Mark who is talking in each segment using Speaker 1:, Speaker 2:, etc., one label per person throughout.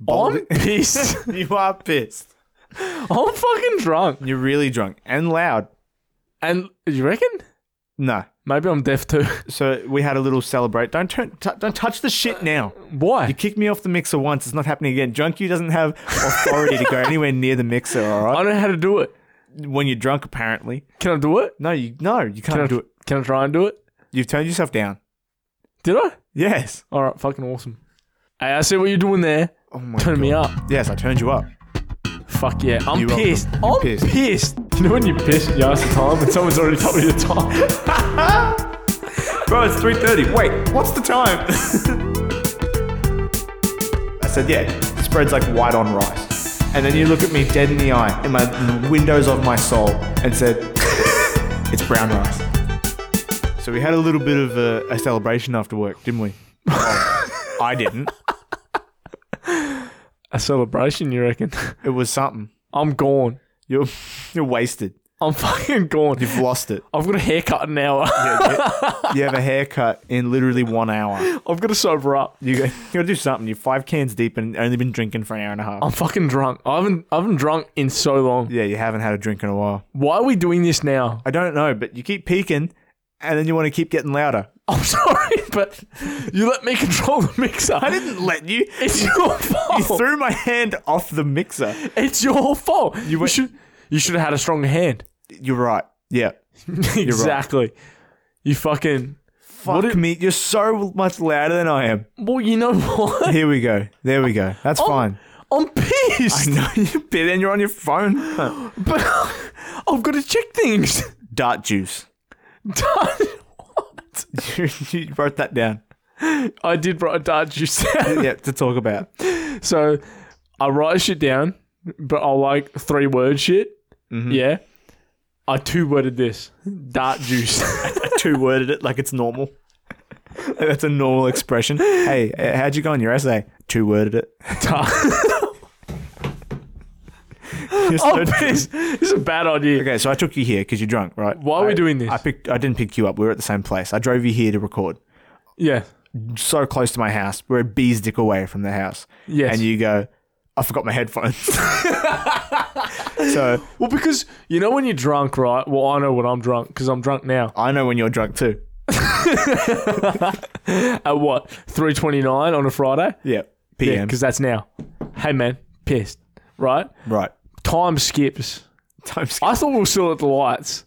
Speaker 1: On
Speaker 2: Baldy-
Speaker 1: pissed.
Speaker 2: you are pissed.
Speaker 1: I'm fucking drunk.
Speaker 2: You're really drunk and loud.
Speaker 1: And you reckon?
Speaker 2: No.
Speaker 1: Maybe I'm deaf too.
Speaker 2: So we had a little celebrate. Don't turn, t- don't touch the shit now. You
Speaker 1: Why?
Speaker 2: kicked me off the mixer once. It's not happening again. Drunk you doesn't have authority to go anywhere near the mixer. All
Speaker 1: I
Speaker 2: right.
Speaker 1: don't know how to do it.
Speaker 2: When you're drunk, apparently.
Speaker 1: Can I do it?
Speaker 2: No, you no, you can't
Speaker 1: Can I
Speaker 2: do it.
Speaker 1: Can I try and do it?
Speaker 2: You've turned yourself down.
Speaker 1: Did I?
Speaker 2: Yes.
Speaker 1: All right, fucking awesome. Hey, I see what you're doing there.
Speaker 2: Oh my
Speaker 1: Turn me up.
Speaker 2: Yes, I turned you up.
Speaker 1: Fuck yeah. I'm
Speaker 2: You're welcome.
Speaker 1: pissed.
Speaker 2: You're
Speaker 1: I'm pissed.
Speaker 2: pissed.
Speaker 1: You know when you're pissed and you ask the time and someone's already told you the time?
Speaker 2: Bro, it's 3.30. Wait, what's the time? I said, yeah, spreads like white on rice. And then you look at me dead in the eye, in my the windows of my soul, and said, it's brown rice. So we had a little bit of a, a celebration after work, didn't we? Well, I didn't.
Speaker 1: A celebration, you reckon?
Speaker 2: It was something.
Speaker 1: I'm gone.
Speaker 2: You're, you're wasted.
Speaker 1: I'm fucking gone.
Speaker 2: You've lost it.
Speaker 1: I've got a haircut in an hour.
Speaker 2: You have a haircut in literally one hour.
Speaker 1: I've got to sober up.
Speaker 2: You, go- you gotta do something. You're five cans deep and only been drinking for an hour and a half.
Speaker 1: I'm fucking drunk. I haven't I haven't drunk in so long.
Speaker 2: Yeah, you haven't had a drink in a while.
Speaker 1: Why are we doing this now?
Speaker 2: I don't know, but you keep peeking and then you want to keep getting louder.
Speaker 1: I'm sorry, but you let me control the mixer.
Speaker 2: I didn't let you.
Speaker 1: It's your
Speaker 2: You
Speaker 1: fault.
Speaker 2: threw my hand off the mixer.
Speaker 1: it's your fault. You,
Speaker 2: went-
Speaker 1: should you should have had a stronger hand.
Speaker 2: You're right. Yeah.
Speaker 1: exactly. You fucking
Speaker 2: Fuck me. You're so much louder than I am.
Speaker 1: Well, you know what?
Speaker 2: Here we go. There we go. That's fine.
Speaker 1: I'm
Speaker 2: I
Speaker 1: pissed.
Speaker 2: know you bit and you're on your phone. Huh.
Speaker 1: But I've got to check things.
Speaker 2: Dart juice.
Speaker 1: Dart. What?
Speaker 2: you you wrote that down.
Speaker 1: I did write dart juice down.
Speaker 2: Yeah, to talk about.
Speaker 1: So I write shit down, but I like three word shit. Yeah. I two worded this dart juice.
Speaker 2: Two worded it like it's normal. That's a normal expression. Hey, uh, how'd you go on your essay? Two worded it.
Speaker 1: dart.
Speaker 2: You're so
Speaker 1: I'm pissed. This is a bad idea.
Speaker 2: Okay, so I took you here because you're drunk, right?
Speaker 1: Why are we
Speaker 2: I-
Speaker 1: doing this?
Speaker 2: I picked. I didn't pick you up. We were at the same place. I drove you here to record.
Speaker 1: Yeah.
Speaker 2: So close to my house. We're a bee's dick away from the house.
Speaker 1: Yes.
Speaker 2: And you go, I forgot my headphones. so
Speaker 1: Well, because you know when you're drunk, right? Well, I know when I'm drunk because I'm drunk now.
Speaker 2: I know when you're drunk too.
Speaker 1: At what? 3:29 on a Friday.
Speaker 2: Yeah.
Speaker 1: Yeah,
Speaker 2: PM.
Speaker 1: because that's now. Hey man, pissed. Right?
Speaker 2: right.
Speaker 1: Time skips.
Speaker 2: Time skip.
Speaker 1: I thought we were still at the lights.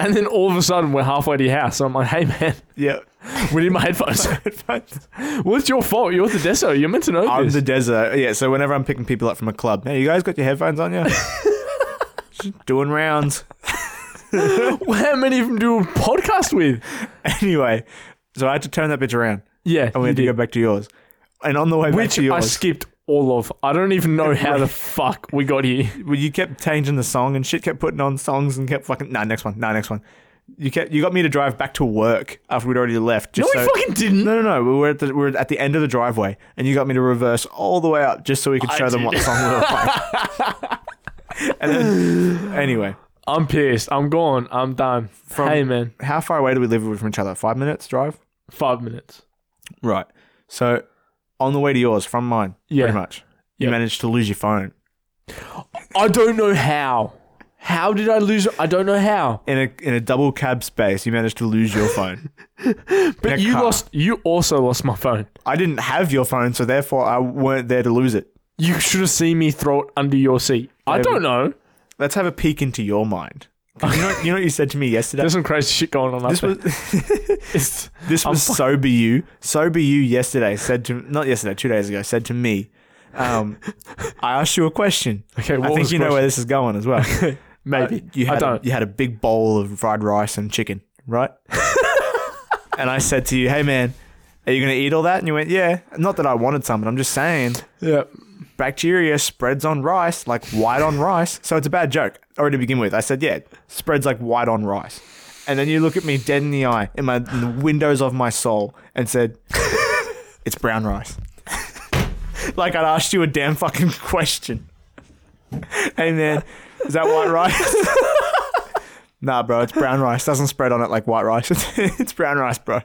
Speaker 1: And then all of a sudden we're halfway to your house. I'm like, hey man,
Speaker 2: yeah.
Speaker 1: we need my headphones. well, it's your fault. You're at the deso. You're meant to know
Speaker 2: I'm
Speaker 1: this.
Speaker 2: the desert. Yeah. So whenever I'm picking people up from a club, hey, you guys got your headphones on? Yeah. Doing rounds.
Speaker 1: How many of them do a podcast with?
Speaker 2: Anyway, so I had to turn that bitch around.
Speaker 1: Yeah.
Speaker 2: I
Speaker 1: you
Speaker 2: went to
Speaker 1: did.
Speaker 2: go back to yours. And on the way back
Speaker 1: Which
Speaker 2: to
Speaker 1: I
Speaker 2: yours,
Speaker 1: skipped all of. I don't even know how the fuck we got here.
Speaker 2: Well, you kept changing the song and shit, kept putting on songs and kept fucking. Nah, next one. Nah, next one. You kept. You got me to drive back to work after we'd already left.
Speaker 1: No,
Speaker 2: Just
Speaker 1: we
Speaker 2: so-
Speaker 1: fucking didn't.
Speaker 2: No, no, no. We were at the we were at the end of the driveway, and you got me to reverse all the way up just so we could
Speaker 1: I
Speaker 2: show them what
Speaker 1: did.
Speaker 2: song we were playing. and then, anyway,
Speaker 1: I'm pissed. I'm gone. I'm done. hey man,
Speaker 2: how far away do we live from each other? Five minutes drive.
Speaker 1: five minutes.
Speaker 2: Right. So, on the way to yours from mine,
Speaker 1: Yeah.
Speaker 2: pretty much. You
Speaker 1: Yeah.
Speaker 2: managed to lose your phone
Speaker 1: I don't know how. How did I lose? I don't know how.
Speaker 2: in a in a double cab space. You managed to lose your phone.
Speaker 1: But you
Speaker 2: car.
Speaker 1: lost. You also lost my phone.
Speaker 2: I didn't have your phone, so therefore I weren't there to lose it.
Speaker 1: You should have seen me throw it under your seat. I don't know.
Speaker 2: Let's have a peek into your mind. 'Cause You know, you know what you said to me yesterday?
Speaker 1: There's some crazy shit going on.
Speaker 2: This was
Speaker 1: It's,
Speaker 2: this was sober you. Sober you yesterday said to not yesterday, two days ago, said to me, um, I asked you a question.
Speaker 1: okay,
Speaker 2: I
Speaker 1: what
Speaker 2: think
Speaker 1: was Uh,
Speaker 2: you know where this is going as well.
Speaker 1: Maybe
Speaker 2: Uh, you
Speaker 1: I
Speaker 2: had a-
Speaker 1: don't.
Speaker 2: you had a big bowl of fried rice and chicken, right? and I said to you, Hey man, are you gonna eat all that? And you went, Yeah. Not that I wanted some, but I'm just saying
Speaker 1: yeah.
Speaker 2: bacteria spreads on rice like white on rice. So it's a bad joke already to begin with. I said, yeah, spreads like white on rice. And then you look at me dead in the eye in my in the windows of my soul and said, it's brown rice. like I'd asked you a damn fucking question. hey man, is that white rice? nah, bro, it's brown rice. Doesn't spread on it like white rice. it's brown rice, bro.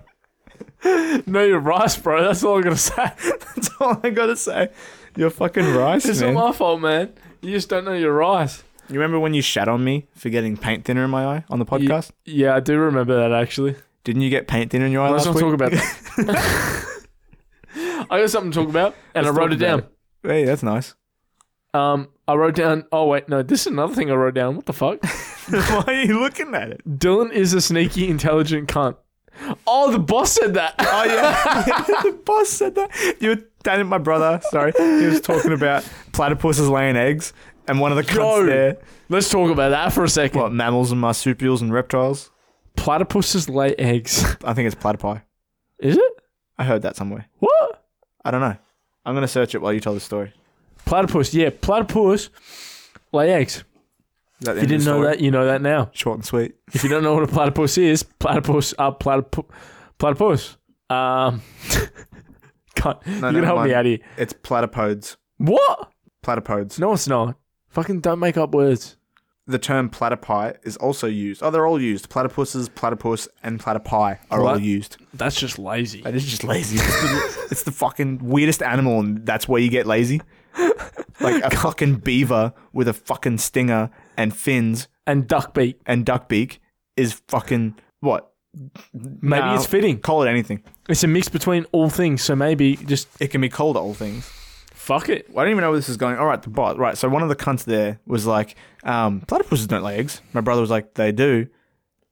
Speaker 1: No, you're rice, bro. That's all I'm gonna say.
Speaker 2: That's all I gotta say. You're fucking rice,
Speaker 1: It's
Speaker 2: man.
Speaker 1: not my fault, man. You just don't know your rice.
Speaker 2: You remember when you shat on me for getting paint thinner in my eye on the podcast?
Speaker 1: Yeah, I do remember that actually.
Speaker 2: Didn't you get paint thinner in your eye
Speaker 1: Let's
Speaker 2: last week?
Speaker 1: not talk about that. I got something to talk about, and
Speaker 2: Let's
Speaker 1: I wrote
Speaker 2: talk
Speaker 1: it
Speaker 2: about
Speaker 1: down.
Speaker 2: hey, that's nice.
Speaker 1: Um, I wrote down. Oh wait, no, this is another thing I wrote down. What the fuck?
Speaker 2: Why are you looking at it?
Speaker 1: Dylan is a sneaky, intelligent cunt. Oh, the boss said that.
Speaker 2: Oh yeah, the boss said that. You were down at my brother. Sorry, he was talking about platypuses laying eggs, and one of the cunts
Speaker 1: Yo.
Speaker 2: there.
Speaker 1: Let's talk about that for a second.
Speaker 2: What mammals and marsupials and reptiles?
Speaker 1: Platypuses lay eggs.
Speaker 2: I think it's platypi.
Speaker 1: Is it?
Speaker 2: I heard that somewhere.
Speaker 1: What?
Speaker 2: I don't know. I'm gonna search it while you tell the story.
Speaker 1: Platypus. Yeah, platypus lay eggs. If you didn't know that, you know that now.
Speaker 2: Short and sweet.
Speaker 1: If you don't know what a platypus is, platypus are platypus. Platypus. Um, cunt. you
Speaker 2: never
Speaker 1: can help
Speaker 2: mind.
Speaker 1: me out here.
Speaker 2: It's platypodes.
Speaker 1: What?
Speaker 2: Platypodes.
Speaker 1: No, it's not. Fucking don't make up words.
Speaker 2: The term platypi is also used. Oh, they're all used. Platypuses, platypus, and platypi are all
Speaker 1: What?
Speaker 2: used.
Speaker 1: That's just lazy.
Speaker 2: That is just lazy. It's the, it's the fucking weirdest animal, and that's where you get lazy. Like a fucking beaver with a fucking stinger and fins
Speaker 1: And duck beak.
Speaker 2: and duck beak is fucking what?
Speaker 1: Maybe
Speaker 2: No.
Speaker 1: it's fitting.
Speaker 2: Call it anything.
Speaker 1: It's a mix between all things, so maybe just
Speaker 2: It can be called all things.
Speaker 1: fuck it.
Speaker 2: I don't even know where this is going. All right, the bot. Right, so one of the cunts there was like, um, platypuses don't lay eggs. My brother was like, they do.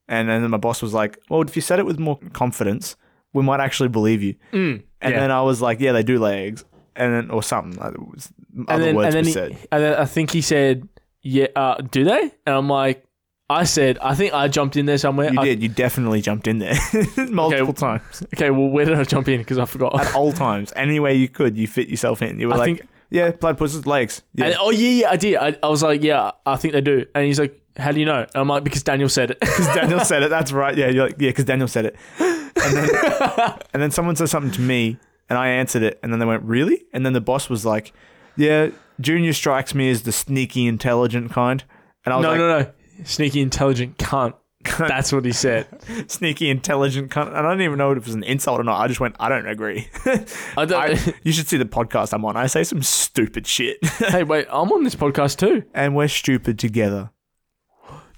Speaker 2: And then my boss was like, well, if you said it with more confidence, we might actually believe you. and
Speaker 1: yeah.
Speaker 2: then I was like, yeah, they do lay eggs. And then, or something. Like, it was- other
Speaker 1: and then,
Speaker 2: words
Speaker 1: and then
Speaker 2: were
Speaker 1: he-
Speaker 2: said.
Speaker 1: and then I think he said, "Yeah, uh, do they?" And I'm like, "I said, I think I jumped in there somewhere."
Speaker 2: You
Speaker 1: I-
Speaker 2: did. You definitely jumped in there multiple
Speaker 1: Okay.
Speaker 2: times.
Speaker 1: Okay, well, where did I jump in? Because I forgot.
Speaker 2: At all times. Any way you could, you fit yourself in. You were
Speaker 1: I
Speaker 2: like,
Speaker 1: think-
Speaker 2: yeah, platypuses, legs. Yeah.
Speaker 1: And, oh yeah, yeah, I did. I, I was like, "Yeah, I think they do." And he's like, "How do you know?" And I'm like, "Because Daniel said it."
Speaker 2: because Daniel said it. That's right. Yeah, you're like, yeah, because Daniel said it. And then, and then someone said something to me, and I answered it, and then they went, really? And then the boss was like, yeah, Junior strikes me as the sneaky, intelligent kind. And I was
Speaker 1: no,
Speaker 2: like,
Speaker 1: no, no. Sneaky, intelligent cunt. That's what he said.
Speaker 2: sneaky, intelligent kind. And I don't even know if it was an insult or not. I just went, I don't agree.
Speaker 1: I don't,
Speaker 2: I, you should see the podcast I'm on. I say some stupid shit,
Speaker 1: hey, wait, I'm on this podcast too.
Speaker 2: and we're stupid together.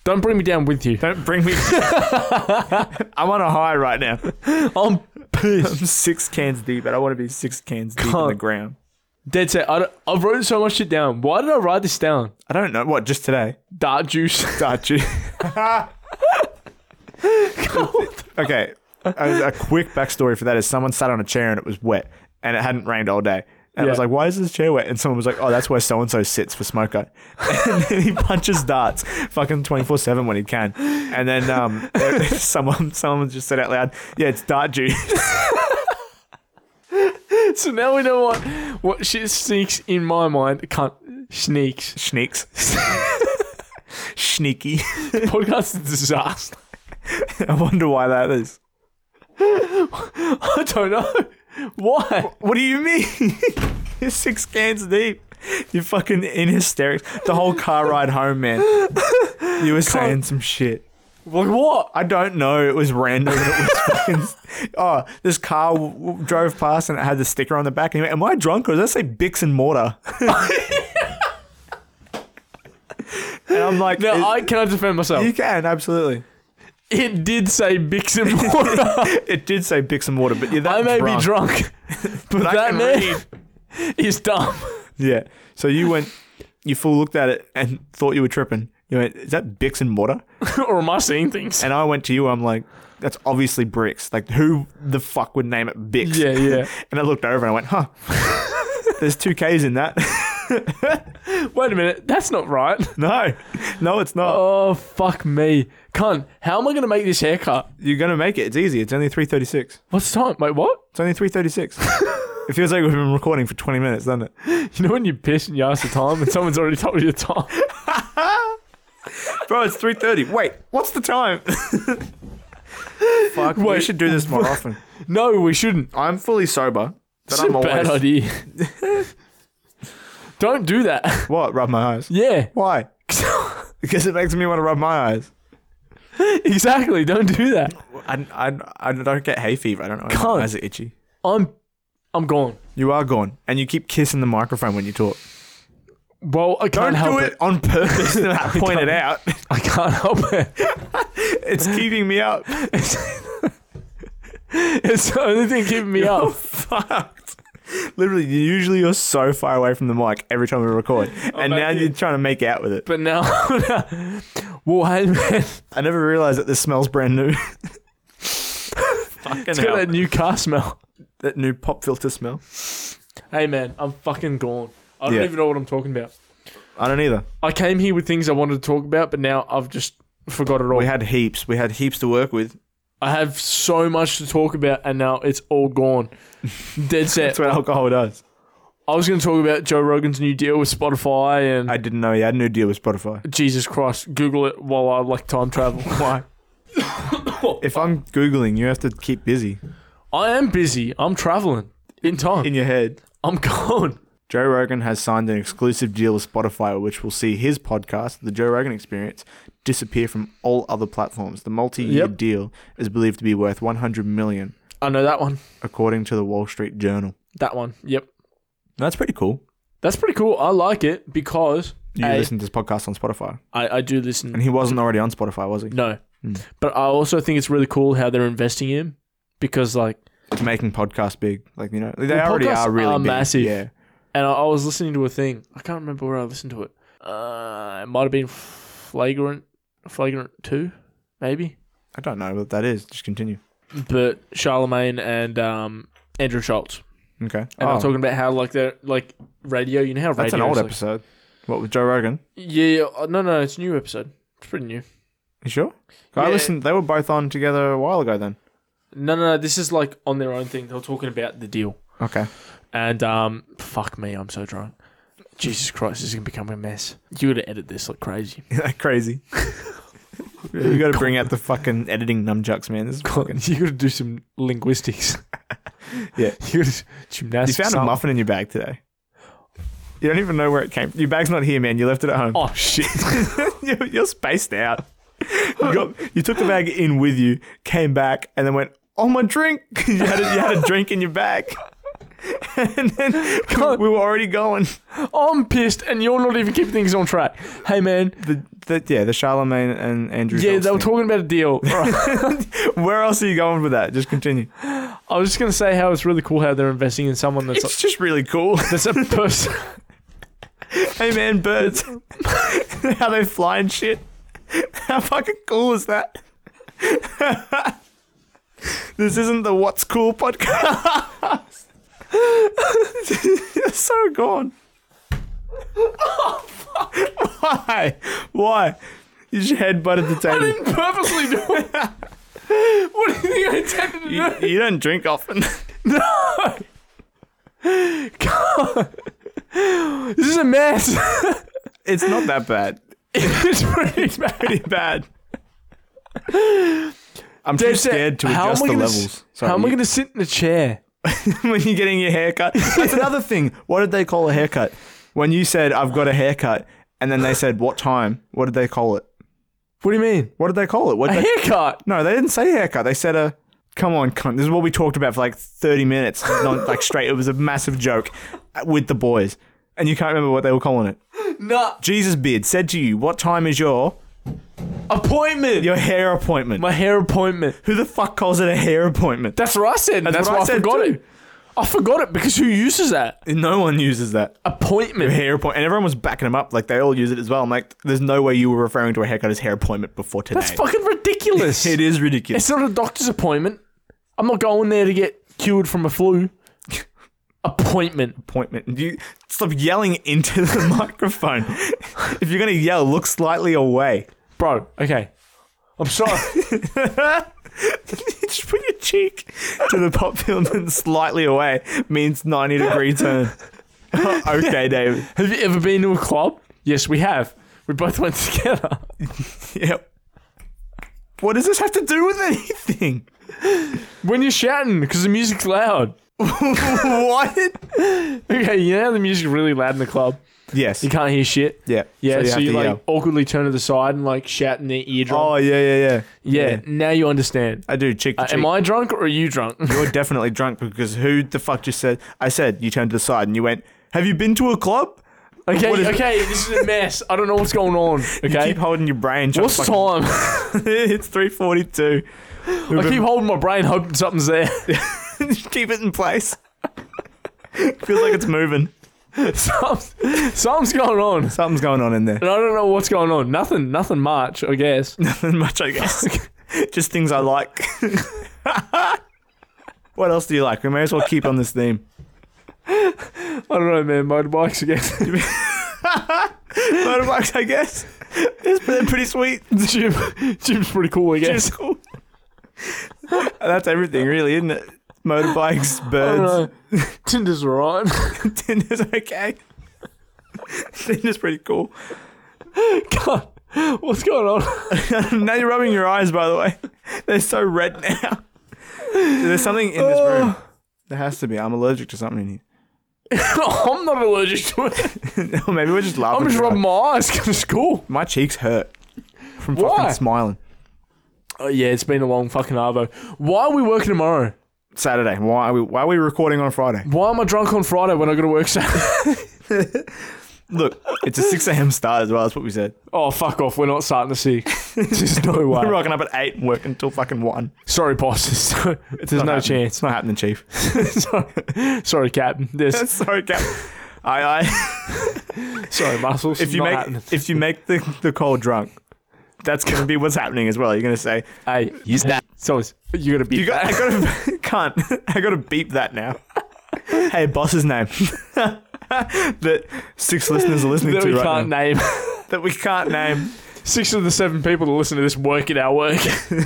Speaker 1: Don't bring me down with you.
Speaker 2: Don't bring me. I'm on a high right now.
Speaker 1: I'm pissed.
Speaker 2: I'm six cans deep, and I want to be six cans deep in
Speaker 1: Cunt.
Speaker 2: the ground.
Speaker 1: Dead set. I, don't- I wrote so much shit down. Why did I write this down?
Speaker 2: I don't know what just today.
Speaker 1: Dart juice.
Speaker 2: Dart you. okay, a, a quick backstory for that is someone sat on a chair and it was wet and it hadn't rained all day. And I was
Speaker 1: Yeah.
Speaker 2: like, why is this chair wet? And someone was like, oh, that's where so and so sits for smoker. And then he punches darts fucking 24 7 when he can. And then um, someone someone just said out loud, yeah, it's dart juice.
Speaker 1: So now we know what what shit sneaks in my mind. Cunt sneaks.
Speaker 2: Sneaks. Sneaky.
Speaker 1: Podcast is a disaster.
Speaker 2: I wonder why that is.
Speaker 1: I don't know why.
Speaker 2: What do you mean? You're six cans deep. You're fucking in hysterics. The whole car ride home, man. You were saying some shit.
Speaker 1: Like what?
Speaker 2: I don't know. It was random. and It was fucking, oh, this car w- w- drove past and it had the sticker on the back. And he went, Am I drunk or does that say Bix and Mortar? and I'm like,
Speaker 1: Now
Speaker 2: "It-
Speaker 1: I can I defend myself.
Speaker 2: You can, absolutely.
Speaker 1: It did say Bix and water.
Speaker 2: It did say Bix and Mortar, but you're that
Speaker 1: I may
Speaker 2: drunk.
Speaker 1: be drunk, but,
Speaker 2: I
Speaker 1: that
Speaker 2: can
Speaker 1: man is dumb.
Speaker 2: Yeah. So you went, you fool looked at it and thought you were tripping. You went, Is that Bix and Mortar?
Speaker 1: or am I seeing things?
Speaker 2: And I went to you, I'm like, that's obviously Bricks. Like, who the fuck would name it Bix?
Speaker 1: Yeah, yeah.
Speaker 2: and I looked over and I went, huh, there's two Ks in that.
Speaker 1: Wait a minute, that's not right.
Speaker 2: no, no, it's not.
Speaker 1: Oh fuck me, cunt! How am I gonna make this haircut?
Speaker 2: You're going to make it. It's easy. It's only 336.
Speaker 1: What's the time? Wait, what?
Speaker 2: It's only 336. it feels like we've been recording for 20 minutes, doesn't it?
Speaker 1: You know when you piss and you ask the time, and someone's already told you the time.
Speaker 2: Bro, it's 330. Wait, what's the time? fuck, we
Speaker 1: Wait.
Speaker 2: should do this more often.
Speaker 1: No, we shouldn't.
Speaker 2: I'm fully sober. But
Speaker 1: That's
Speaker 2: I'm
Speaker 1: a bad
Speaker 2: always-
Speaker 1: idea. Don't do that.
Speaker 2: What? Rub my eyes.
Speaker 1: Yeah.
Speaker 2: Why? Because it makes me want to rub my eyes.
Speaker 1: exactly. Don't do that.
Speaker 2: I, I, I don't get hay fever. I don't know.
Speaker 1: Cunt.
Speaker 2: My eyes are itchy.
Speaker 1: I'm, I'm gone.
Speaker 2: You are gone, and you keep kissing the microphone when you talk.
Speaker 1: Well, I can't
Speaker 2: Don't
Speaker 1: help
Speaker 2: do
Speaker 1: it.
Speaker 2: it, on purpose. and I point it out.
Speaker 1: I can't help it.
Speaker 2: It's keeping me up.
Speaker 1: It's the only thing keeping me
Speaker 2: Oh
Speaker 1: up.
Speaker 2: fucked. Literally, you- usually you're so far away from the mic every time we record, and now
Speaker 1: thank
Speaker 2: you're
Speaker 1: you.
Speaker 2: trying to make out with it.
Speaker 1: But now, well, hey man,
Speaker 2: I never realized that this smells brand new.
Speaker 1: it's got that new car smell.
Speaker 2: That new pop filter smell.
Speaker 1: Hey man, I'm fucking gone. I don't
Speaker 2: Yeah.
Speaker 1: even know what I'm talking about.
Speaker 2: I don't either.
Speaker 1: I came here with things I wanted to talk about, but now I've just forgot it all.
Speaker 2: We had heaps. We had heaps to work with.
Speaker 1: I have so much to talk about, and now it's all gone. Dead set.
Speaker 2: That's what alcohol does.
Speaker 1: I was going to talk about Joe Rogan's new deal with Spotify and
Speaker 2: I didn't know he had a new deal with Spotify.
Speaker 1: Jesus Christ. Google it while I like time travel.
Speaker 2: Why? if I'm googling, you have to keep busy
Speaker 1: I am busy. I'm traveling in time.
Speaker 2: in your head.
Speaker 1: I'm gone.
Speaker 2: Joe Rogan has signed an exclusive deal with Spotify, which will see his podcast, The Joe Rogan Experience, disappear from all other platforms. The multi-year
Speaker 1: Yep.
Speaker 2: deal is believed to be worth 100 million,
Speaker 1: I know that one.
Speaker 2: according to the Wall Street Journal.
Speaker 1: That one. Yep.
Speaker 2: That's pretty cool.
Speaker 1: That's pretty cool. I like it because
Speaker 2: You
Speaker 1: I,
Speaker 2: listen to this podcast on Spotify,
Speaker 1: I, I do listen.
Speaker 2: and he wasn't already on Spotify, was he? Hmm.
Speaker 1: No. But I also think it's really cool how they're investing in him because, like,
Speaker 2: It's making podcasts big, like you know, they
Speaker 1: Well,
Speaker 2: already
Speaker 1: podcasts
Speaker 2: are really
Speaker 1: are
Speaker 2: big.
Speaker 1: massive.
Speaker 2: Yeah,
Speaker 1: and I, I was listening to a thing. I can't remember where I listened to it. Uh, it might have been Flagrant, Flagrant 2, maybe.
Speaker 2: I don't know what that is. Just continue.
Speaker 1: But Charlemagne and um, Andrew Schultz.
Speaker 2: Okay.
Speaker 1: And
Speaker 2: oh,
Speaker 1: I'm talking about how, like, they're, like, radio, you know how radio
Speaker 2: that's an old
Speaker 1: is, like-
Speaker 2: episode. What with Joe Rogan?
Speaker 1: Yeah, yeah, uh, no, no, it's a new episode. It's pretty new.
Speaker 2: You sure? I
Speaker 1: Yeah.
Speaker 2: listened. They were both on together a while ago. Then.
Speaker 1: No, no, no, this is, like, on their own thing. They're talking about the deal.
Speaker 2: Okay.
Speaker 1: And um, fuck me, I'm so drunk. Jesus Christ, this is gonna become a mess. You gotta edit this like crazy.
Speaker 2: crazy. you got to bring out the fucking editing nunchucks, man. This is fucking.
Speaker 1: You gotta do some linguistics.
Speaker 2: Yeah.
Speaker 1: you gotta
Speaker 2: You
Speaker 1: gymnastics.
Speaker 2: found a
Speaker 1: some-
Speaker 2: muffin in your bag today. You don't even know where it came. Your bag's not here, man. You left it at home.
Speaker 1: Oh shit! Oh.
Speaker 2: you're, you're spaced out. You, got, you took the bag in with you, came back, and then went, "Oh my drink!" you, had a, you had a drink in your bag, and then we were already going.
Speaker 1: I'm pissed, and you're not even keeping things on track. Hey man,
Speaker 2: The, the yeah, the Charlemagne and Andrew.
Speaker 1: yeah,
Speaker 2: Schultz
Speaker 1: they were
Speaker 2: thing.
Speaker 1: talking about a deal. Right.
Speaker 2: Where else are you going with that? Just continue.
Speaker 1: I was just gonna say how it's really cool how they're investing in someone that's
Speaker 2: It's just really cool.
Speaker 1: that's a person.
Speaker 2: Hey man, birds. How they fly and shit. How fucking cool is that? this isn't the What's Cool podcast. You're so gone. Why? Why? You just headbutted the
Speaker 1: I
Speaker 2: table.
Speaker 1: didn't purposely do it. what do you think I intended to do?
Speaker 2: You, you don't drink often.
Speaker 1: No! God. This is a mess.
Speaker 2: it's not that bad.
Speaker 1: it's pretty bad.
Speaker 2: Pretty bad. I'm too
Speaker 1: Dave said,
Speaker 2: scared to
Speaker 1: how am
Speaker 2: adjust
Speaker 1: I
Speaker 2: the
Speaker 1: gonna s-
Speaker 2: levels. Sorry,
Speaker 1: How am I
Speaker 2: you-
Speaker 1: going to sit in a chair?
Speaker 2: when you're getting your haircut. That's another thing. What did they call a haircut? When you said I've got a haircut, and then they said what time? What did they call it?
Speaker 1: What do you mean?
Speaker 2: What did they call it? What?
Speaker 1: A
Speaker 2: They-
Speaker 1: haircut.
Speaker 2: no, they didn't say haircut. They said a. Come on, cunt. This is what we talked about for like 30 minutes, not like straight. It was a massive joke with the boys, and you can't remember what they were calling it.
Speaker 1: Nah.
Speaker 2: Jesus beard said to you, "What time is your
Speaker 1: Appointment.
Speaker 2: your hair appointment?"
Speaker 1: My hair appointment.
Speaker 2: Who the fuck calls it a hair appointment?
Speaker 1: That's what I said. That's,
Speaker 2: what
Speaker 1: why
Speaker 2: I
Speaker 1: I,
Speaker 2: said
Speaker 1: forgot
Speaker 2: too.
Speaker 1: it. I forgot it because who uses that?
Speaker 2: no one uses that.
Speaker 1: Appointment.
Speaker 2: hair appointment, and everyone was backing him up. Like they all use it as well. I'm like, there's no way you were referring to a haircut as hair appointment before today.
Speaker 1: That's fucking ridiculous.
Speaker 2: it is ridiculous.
Speaker 1: It's not a doctor's appointment. I'm not going there to get cured from a flu. appointment.
Speaker 2: appointment. You stop yelling into the microphone. if you're gonna yell, look slightly away.
Speaker 1: Bro, okay. I'm sorry.
Speaker 2: Just put your cheek to the pop filter and slightly away means 90 degree turn. okay, David.
Speaker 1: Have you ever been to a club? Yes, we have. We both went together.
Speaker 2: Yep. What does this have to do with anything?
Speaker 1: When you're shouting because the music's loud.
Speaker 2: what?
Speaker 1: Okay, you know how the music's really loud in the club.
Speaker 2: Yes.
Speaker 1: You can't hear shit.
Speaker 2: Yeah.
Speaker 1: Yeah, so,
Speaker 2: have
Speaker 1: you
Speaker 2: to
Speaker 1: like
Speaker 2: yell.
Speaker 1: awkwardly turn to the side and like shout in their eardrum.
Speaker 2: Oh yeah, yeah, yeah.
Speaker 1: yeah, now you understand.
Speaker 2: I do. Cheek to
Speaker 1: Uh,
Speaker 2: cheek.
Speaker 1: am I drunk or are you drunk?
Speaker 2: You're definitely drunk because who the fuck just said? I said you turned to the side and you went. Have you been to a club?
Speaker 1: okay,
Speaker 2: What is-
Speaker 1: okay, this is a mess. I don't know what's going on. Okay,
Speaker 2: Keep holding your brain. trying to
Speaker 1: what's the
Speaker 2: fucking-
Speaker 1: time?
Speaker 2: it's three forty-two.
Speaker 1: I keep holding my brain, hoping something's there.
Speaker 2: Keep it in place. Feels like it's moving.
Speaker 1: Something- something's going on,
Speaker 2: Something's going on in there.
Speaker 1: and I don't know what's going on. Nothing, nothing much, I guess.
Speaker 2: Nothing much, I guess. Just things I like. what else do you like? We may as well keep on this theme.
Speaker 1: I don't know, man. Motorbikes again.
Speaker 2: Motorbikes, I guess. It's been pretty sweet.
Speaker 1: Jim, Jim's pretty cool, I guess.
Speaker 2: It's cool. That's everything, really, isn't it? Motorbikes,
Speaker 1: I don't
Speaker 2: birds,
Speaker 1: know. Tinder's alright.
Speaker 2: Tinder's okay. Tinder's pretty cool.
Speaker 1: God, what's going on?
Speaker 2: now you're rubbing your eyes, by the way. They're so red now. There's something in this room.
Speaker 1: Oh.
Speaker 2: There has to be. I'm allergic to something in
Speaker 1: I'm not allergic to it.
Speaker 2: here. or maybe we're just laughing.
Speaker 1: I'm just
Speaker 2: too hard.
Speaker 1: rubbing my eyes because it's cool.
Speaker 2: My cheeks hurt from
Speaker 1: Why?
Speaker 2: fucking smiling.
Speaker 1: Oh, yeah, it's been a long fucking arvo. Why are we working tomorrow?
Speaker 2: Saturday. Why are we why are we recording on Friday?
Speaker 1: Why am I drunk on Friday when I got to work Saturday?
Speaker 2: Look, it's a six AM start as well, that's what we said.
Speaker 1: oh, fuck off. We're not starting to see. There's no
Speaker 2: We're
Speaker 1: way.
Speaker 2: rocking up at eight and working until fucking one.
Speaker 1: Sorry, boss. There's no, there's
Speaker 2: Not
Speaker 1: no
Speaker 2: happening. It's
Speaker 1: chance.
Speaker 2: not happening, Chief.
Speaker 1: sorry, sorry, Captain. There's,
Speaker 2: Sorry, Cap. I, I
Speaker 1: sorry, muscles.
Speaker 2: if you
Speaker 1: Not
Speaker 2: make
Speaker 1: happening.
Speaker 2: if you make the, the call drunk, that's gonna be what's happening as well. You're gonna say,
Speaker 1: Hey, use that. So it's- you're going to be.
Speaker 2: You got I gotta can't I gotta beep that now. Hey, boss's name. that six listeners are listening
Speaker 1: that
Speaker 2: to
Speaker 1: we
Speaker 2: right
Speaker 1: can't
Speaker 2: now.
Speaker 1: name.
Speaker 2: That we can't name.
Speaker 1: Six of the seven people to listen to this work at our work,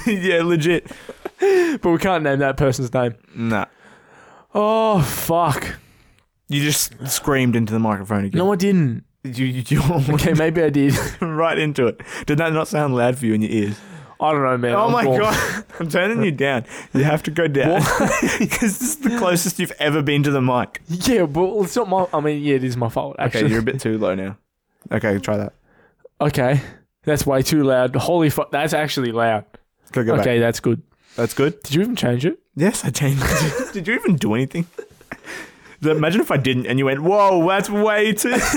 Speaker 2: yeah, legit.
Speaker 1: but we can't name that person's name.
Speaker 2: Nah.
Speaker 1: Oh, fuck.
Speaker 2: You just screamed into the microphone again.
Speaker 1: No, I didn't.
Speaker 2: You, you, you
Speaker 1: Okay, maybe I did.
Speaker 2: right into it. Did that not sound loud for you in your ears?
Speaker 1: I don't know, man.
Speaker 2: Oh
Speaker 1: I'm
Speaker 2: my
Speaker 1: gone.
Speaker 2: god! I'm turning you down. You have to go down because this is the closest you've ever been to the mic.
Speaker 1: Yeah, but it's not my. I mean, yeah, it is my fault.
Speaker 2: Okay,
Speaker 1: Actually.
Speaker 2: you're a bit too low now. Okay, try that.
Speaker 1: Okay, that's way too loud. Holy fuck, that's actually loud.
Speaker 2: Go, go back.
Speaker 1: okay, that's good.
Speaker 2: That's good.
Speaker 1: Did you even change it?
Speaker 2: Yes, I changed. Did you even do anything? Imagine if I didn't and you went, "Whoa, that's way too."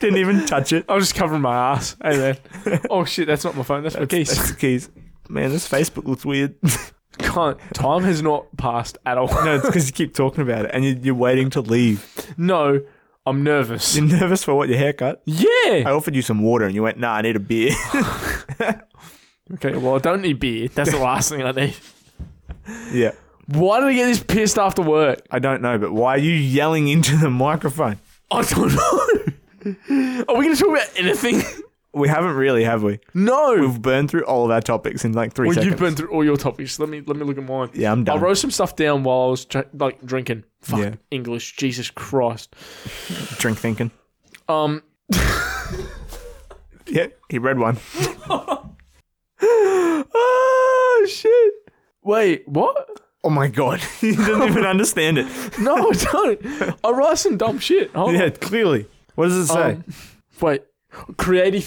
Speaker 2: didn't even touch it.
Speaker 1: I was just covering my ass. Hey man. oh shit, that's not my phone. That's, my keys.
Speaker 2: That's the keys. Man, this Facebook looks weird.
Speaker 1: Can't. Time has not passed at all.
Speaker 2: no, it's because you keep talking about it and you, you're waiting to leave.
Speaker 1: No, I'm nervous.
Speaker 2: You're nervous for what your haircut? I
Speaker 1: Yeah.
Speaker 2: offered you some water and you went, nah, I need a beer. Oh.
Speaker 1: Okay. Well, I don't need beer. That's the last thing I need.
Speaker 2: yeah.
Speaker 1: Why did I get this pissed after work?
Speaker 2: I don't know, but why are you yelling into the microphone?
Speaker 1: I don't know. Are we gonna talk about anything?
Speaker 2: We haven't really, have we?
Speaker 1: No.
Speaker 2: We've burned through all of our topics in like three
Speaker 1: well,
Speaker 2: seconds.
Speaker 1: you've been through all your topics. Let me let me look at mine.
Speaker 2: yeah, I'm
Speaker 1: I
Speaker 2: done.
Speaker 1: wrote some stuff down while I was tr- like drinking. Fuck
Speaker 2: Yeah.
Speaker 1: English, Jesus Christ.
Speaker 2: Drink thinking.
Speaker 1: Um,
Speaker 2: Yeah, he read one. Ah,
Speaker 1: oh shit. Wait, what?
Speaker 2: Oh my god, he didn't even understand it.
Speaker 1: No, I don't. I write some dumb shit. Hold
Speaker 2: Yeah, clearly. What does it say?
Speaker 1: Um, Wait, creative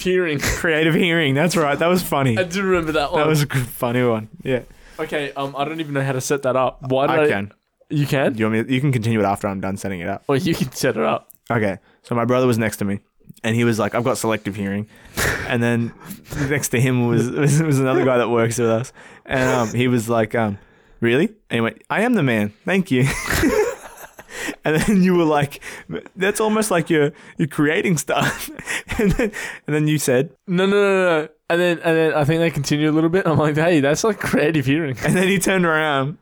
Speaker 1: hearing.
Speaker 2: Creative hearing. That's right. That was funny.
Speaker 1: I do remember that one.
Speaker 2: That was a good, funny one. Yeah,
Speaker 1: okay. Um, I don't even know how to set that up. Why did
Speaker 2: I can.
Speaker 1: You can.
Speaker 2: Do you want me? You can continue it after I'm done setting it up.
Speaker 1: Well, you can set it up.
Speaker 2: Okay. So my brother was next to me and he was like, I've got selective hearing. And then next to him was, was was another guy that works with us. And um, he was like, um, really? And he went, I am the man. Thank you. and then you were like, that's almost like you're you're creating stuff. and then and then you said,
Speaker 1: No, no, no, no. And then, and then I think they continue a little bit. I'm like, hey, that's like creative hearing.
Speaker 2: and then he turned around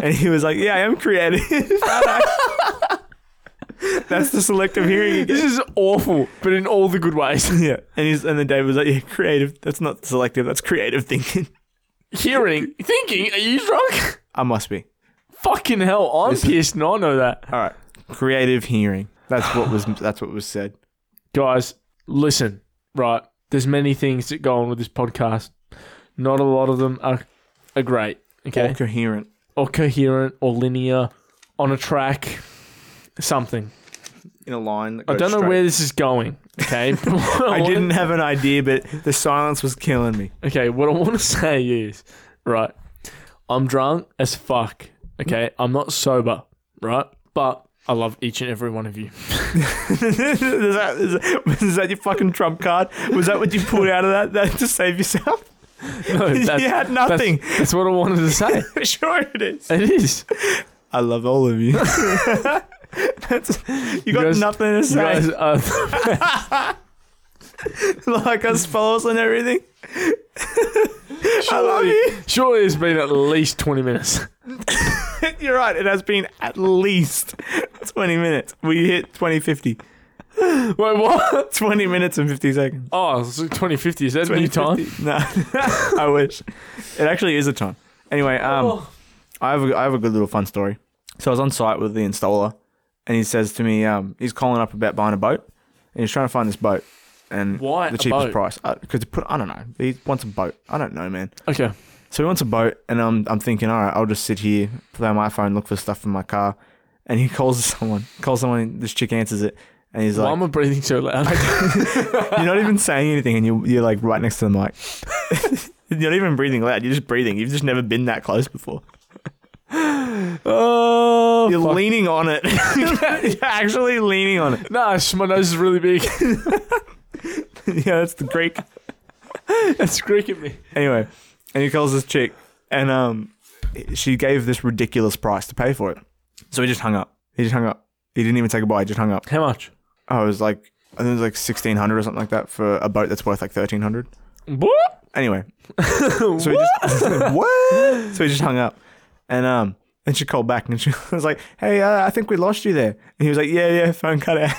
Speaker 2: and he was like, Yeah, I am creative. aren't I?" that's the selective hearing again.
Speaker 1: This is awful, but in all the good ways.
Speaker 2: Yeah, and he's and then David was like, "Yeah, creative. That's not selective. That's creative thinking."
Speaker 1: Hearing, thinking, are you drunk?
Speaker 2: I must be.
Speaker 1: Fucking hell, I'm pissed and I know that.
Speaker 2: All right, creative hearing. That's what was. That's what was said.
Speaker 1: Guys, listen, right? There's many things that go on with this podcast. Not a lot of them are, are great, okay?
Speaker 2: Or coherent.
Speaker 1: Or coherent or linear on a track, something.
Speaker 2: in a line. That
Speaker 1: I
Speaker 2: goes
Speaker 1: don't know
Speaker 2: straight.
Speaker 1: where this is going. Okay.
Speaker 2: I didn't have an idea, but the silence was killing me.
Speaker 1: Okay, what I want to say is, right, I'm drunk as fuck. Okay,
Speaker 2: Mm.
Speaker 1: I'm not sober, right? But I love each and every one of you.
Speaker 2: is, that, is, that- is that your fucking trump card? Was that what you pulled out of that, that to save yourself?
Speaker 1: No, that's,
Speaker 2: you had
Speaker 1: that's-
Speaker 2: nothing.
Speaker 1: That's, what I wanted to say.
Speaker 2: sure it is.
Speaker 1: It is.
Speaker 2: I love all of you. That's- you got
Speaker 1: guys-
Speaker 2: nothing to
Speaker 1: You
Speaker 2: say.
Speaker 1: guys are
Speaker 2: like us, follow us on everything. I love you.
Speaker 1: Surely it's been at least 20 minutes.
Speaker 2: You're right. It has been at least 20 minutes. We hit 2050.
Speaker 1: Wait, what?
Speaker 2: 20 minutes and 50 seconds.
Speaker 1: Oh, so 2050. Is that a new time?
Speaker 2: 2050. No, I wish. It actually is a time. Anyway, um,
Speaker 1: Oh,
Speaker 2: I have a, I have a good little fun story. So I was on site with the installer, and he says to me, um, he's calling up about buying a boat, and he's trying to find this boat, and
Speaker 1: Why
Speaker 2: the
Speaker 1: a
Speaker 2: cheapest
Speaker 1: boat?
Speaker 2: price. Because put, I don't know, he wants a boat. I don't know, man.
Speaker 1: Okay.
Speaker 2: So he wants a boat, and um, I'm I'm thinking, all right, I'll just sit here, play on my phone, look for stuff in my car, and he calls someone, calls someone. This chick answers it, and he's
Speaker 1: Why
Speaker 2: like,
Speaker 1: am I breathing so loud?
Speaker 2: you're not even saying anything, and you're you're like right next to the mic. you're not even breathing loud. You're just breathing. You've just never been that close before.
Speaker 1: oh,
Speaker 2: You're
Speaker 1: fuck.
Speaker 2: leaning on it. You're actually leaning on it.
Speaker 1: Nah, my nose is really big.
Speaker 2: yeah, that's the Greek.
Speaker 1: it's creaking me.
Speaker 2: Anyway, and he calls this chick, and um, she gave this ridiculous price to pay for it. So he just hung up. He just hung up. He didn't even say goodbye. He just hung up.
Speaker 1: How much?
Speaker 2: Oh, it was like I think it was like sixteen hundred or something like that for a boat that's worth like thirteen hundred.
Speaker 1: What?
Speaker 2: Anyway, so he just what? So he just hung up, and um, and she called back and she was like, "Hey, uh, I think we lost you there." And he was like, "Yeah, yeah, phone cut out."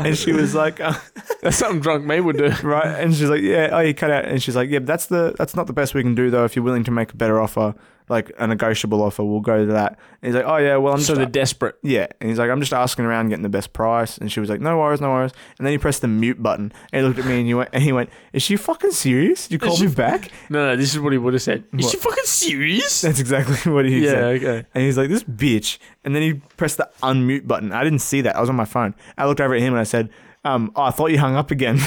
Speaker 2: and she was like, uh,
Speaker 1: That's something drunk me would do.
Speaker 2: "Right," and she's like, "Yeah, oh, you cut out." And she's like, "Yeah, but that's the that's not the best we can do though. If you're willing to make a better offer, like a negotiable offer, we'll go to that." And he's like, "Oh yeah, well I'm
Speaker 1: So
Speaker 2: just
Speaker 1: they're desperate.
Speaker 2: Yeah, and he's like, I'm just asking around, getting the best price. And she was like, No worries, no worries. And then he pressed the mute button, and he looked at me, and he went, and he went, Is she fucking serious? You called
Speaker 1: she-
Speaker 2: me back?
Speaker 1: No, no, this is what he would have said. Is
Speaker 2: What?
Speaker 1: she fucking serious?
Speaker 2: That's exactly what he
Speaker 1: yeah,
Speaker 2: said.
Speaker 1: okay.
Speaker 2: And he's like, This bitch. And then he pressed the unmute button. I didn't see that. I was on my phone. I looked over at him and I said, um, oh, I thought you hung up again.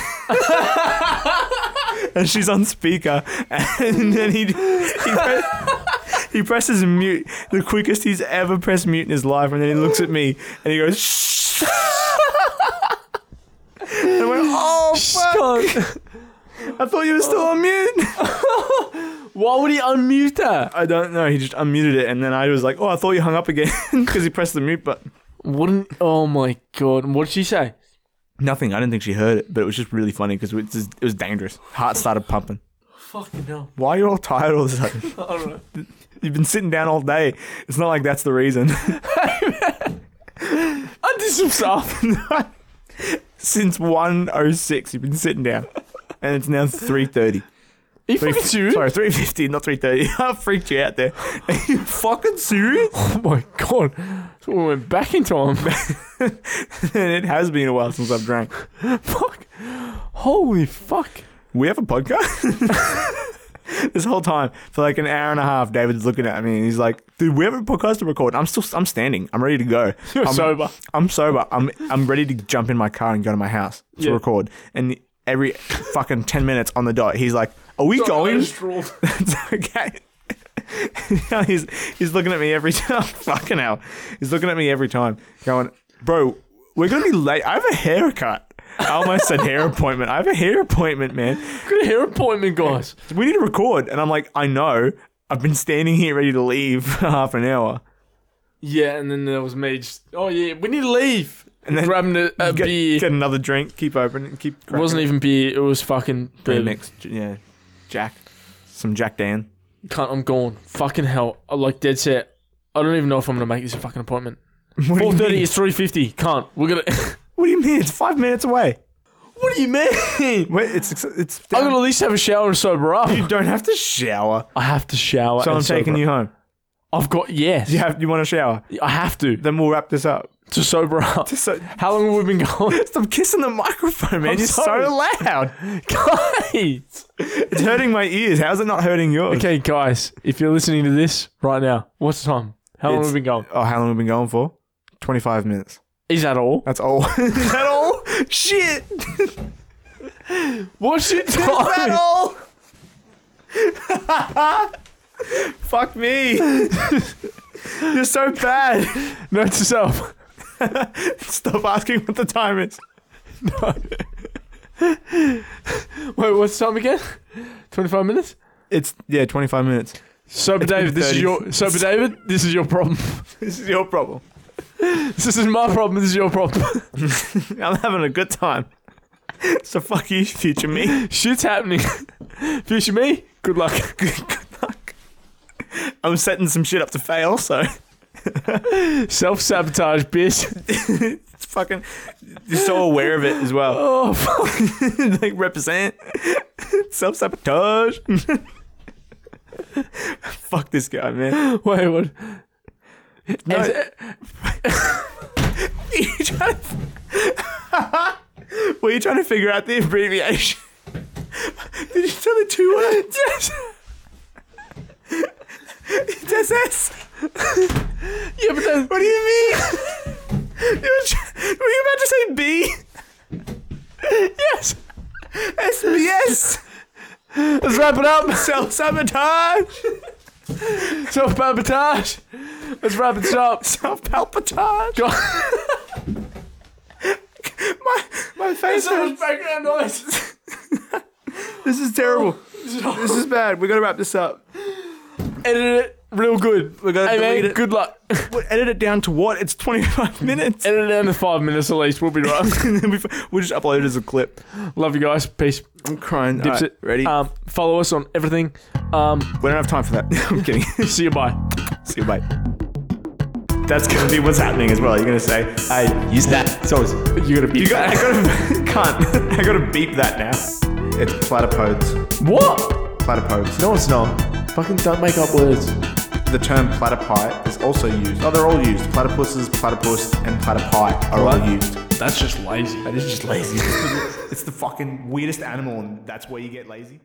Speaker 2: and she's on speaker, and then he he, pre- he presses mute, the quickest he's ever pressed mute in his life, and then he looks at me and he goes. Shh. And I went, oh, fuck,
Speaker 1: Scott,
Speaker 2: I thought you were still on mute.
Speaker 1: why would he unmute that?
Speaker 2: I don't know. He just unmuted it, and then I was like, "Oh, I thought you hung up again," because he pressed the mute button.
Speaker 1: Wouldn't. Oh my god. What did she say?
Speaker 2: Nothing. I didn't think she heard it, but it was just really funny because it, was- it was dangerous. Heart started pumping.
Speaker 1: Fucking hell.
Speaker 2: Why are you all tired all of a sudden?
Speaker 1: I don't know.
Speaker 2: You've been sitting down all day. It's not like that's the reason.
Speaker 1: I did some stuff.
Speaker 2: Since 106, you've been sitting down. And it's now 3.30.
Speaker 1: Are you
Speaker 2: Three-
Speaker 1: fucking serious?
Speaker 2: Sorry, 3.50, not 3.30. I freaked you out there. Are you fucking serious?
Speaker 1: Oh my god. So we went back in time.
Speaker 2: and it has been a while since I've drank.
Speaker 1: fuck. Holy fuck.
Speaker 2: We have a podcast? this whole time, for like an hour and a half, David's looking at me and he's like, dude, we have a podcast to record. I'm still, I'm standing. I'm ready to go.
Speaker 1: You're
Speaker 2: I'm-
Speaker 1: sober.
Speaker 2: I'm sober. I'm I'm ready to jump in my car and go to my house to
Speaker 1: Yeah.
Speaker 2: record. And every fucking ten minutes on the dot, he's like, "Are we going?" It's okay. Now he's he's looking at me every time. fucking hell, he's looking at me every time, going, "Bro, we're gonna be late. I have a haircut." I almost said hair appointment. I have a hair appointment, man.
Speaker 1: Good hair appointment, guys.
Speaker 2: We need to record, and I'm like, I know. I've been standing here ready to leave for half an hour.
Speaker 1: Yeah, and then there was me just. Oh yeah, we need to leave. And
Speaker 2: then
Speaker 1: then grabbing a, a
Speaker 2: Get,
Speaker 1: beer.
Speaker 2: get another drink. Keep opening. Keep.
Speaker 1: it
Speaker 2: cracking.
Speaker 1: wasn't even beer. It was fucking.
Speaker 2: Remix,
Speaker 1: bourbon.
Speaker 2: yeah, Jack, some Jack Dan.
Speaker 1: Cunt, I'm gone. Fucking hell. I like dead set. I don't even know if I'm gonna make this a fucking appointment.
Speaker 2: What do you
Speaker 1: Four thirty
Speaker 2: mean?
Speaker 1: is three fifty. Can't. We're gonna.
Speaker 2: What do you mean? It's five minutes away.
Speaker 1: what do you mean?
Speaker 2: Wait, it's it's. it's
Speaker 1: I'm gonna at least have a shower and sober up.
Speaker 2: you don't have to shower.
Speaker 1: I have to shower.
Speaker 2: So
Speaker 1: and
Speaker 2: I'm taking
Speaker 1: sober up.
Speaker 2: you home.
Speaker 1: I've got yes.
Speaker 2: You have you want to shower?
Speaker 1: I have to
Speaker 2: Then we'll wrap this up.
Speaker 1: to sober up.
Speaker 2: So
Speaker 1: How long have we been going,
Speaker 2: stop kissing the microphone, man.
Speaker 1: I'm
Speaker 2: You're
Speaker 1: sorry.
Speaker 2: so loud.
Speaker 1: guys?
Speaker 2: It's hurting my ears. How's it not hurting yours?
Speaker 1: Okay, guys. If you're listening to this right now, what's the time? How long
Speaker 2: It's-
Speaker 1: have we been going?
Speaker 2: Oh, how long have we been going for? 25 minutes.
Speaker 1: Is that all?
Speaker 2: That's all. Is that all? Shit!
Speaker 1: What's your
Speaker 2: Is that
Speaker 1: time?
Speaker 2: all? Fuck me. You're so bad.
Speaker 1: Note to self.
Speaker 2: Stop asking what the time is.
Speaker 1: Wait, what's the time again? 25 minutes?
Speaker 2: It's, yeah, 25 minutes.
Speaker 1: Sober David, this is
Speaker 2: 30.
Speaker 1: your Sober David, this is your problem.
Speaker 2: This is your problem.
Speaker 1: This is my problem, this is your problem.
Speaker 2: I'm having a good time. So fuck you, future me.
Speaker 1: Shit's happening. Future me, good luck.
Speaker 2: I'm setting some shit up to fail, so
Speaker 1: Self sabotage, bitch.
Speaker 2: it's fucking. You're so aware of it as well.
Speaker 1: Oh, fuck.
Speaker 2: like represent self sabotage. fuck this guy, man.
Speaker 1: Wait, what?
Speaker 2: No.
Speaker 1: Is it-
Speaker 2: Were you trying to, were you trying to figure out the abbreviation? Did you tell the two words? Yes. It's SS.
Speaker 1: yeah, but that's,
Speaker 2: What do you mean? you were, tr- were you about to say B?
Speaker 1: yes.
Speaker 2: SBS.
Speaker 1: Let's wrap it up.
Speaker 2: Self sabotage.
Speaker 1: Self sabotage. Let's wrap it up.
Speaker 2: Self palpitage.
Speaker 1: Go-
Speaker 2: My my face. hurts.
Speaker 1: background noise.
Speaker 2: This is terrible. This is bad. We gotta wrap this up.
Speaker 1: Edit it real good.
Speaker 2: We're gonna
Speaker 1: Hey,
Speaker 2: delete
Speaker 1: man,
Speaker 2: it.
Speaker 1: good luck.
Speaker 2: We'll edit it down to what? It's 25 minutes.
Speaker 1: Edit it down to five minutes at least. We'll be right.
Speaker 2: And then we- we'll just upload it as a clip.
Speaker 1: Love you guys. Peace.
Speaker 2: I'm crying.
Speaker 1: Dips
Speaker 2: Alright,
Speaker 1: it.
Speaker 2: Ready?
Speaker 1: Um, follow us on everything. Um,
Speaker 2: we don't have time for that. I'm kidding.
Speaker 1: see you. Bye.
Speaker 2: See you, bye. That's gonna be what's happening as well. You're gonna say, I use that. So it's,
Speaker 1: You're gonna be.
Speaker 2: you got, I gotta, can't. I gotta beep that now. It's platypodes.
Speaker 1: what?
Speaker 2: Platypodes.
Speaker 1: No, it's not. Fucking don't make up words.
Speaker 2: The term platypi is also used. Oh, they're all used. Platypuses, platypus, and platypi are all used.
Speaker 1: That's just lazy.
Speaker 2: That is just lazy. it's the fucking weirdest animal, and that's where you get lazy.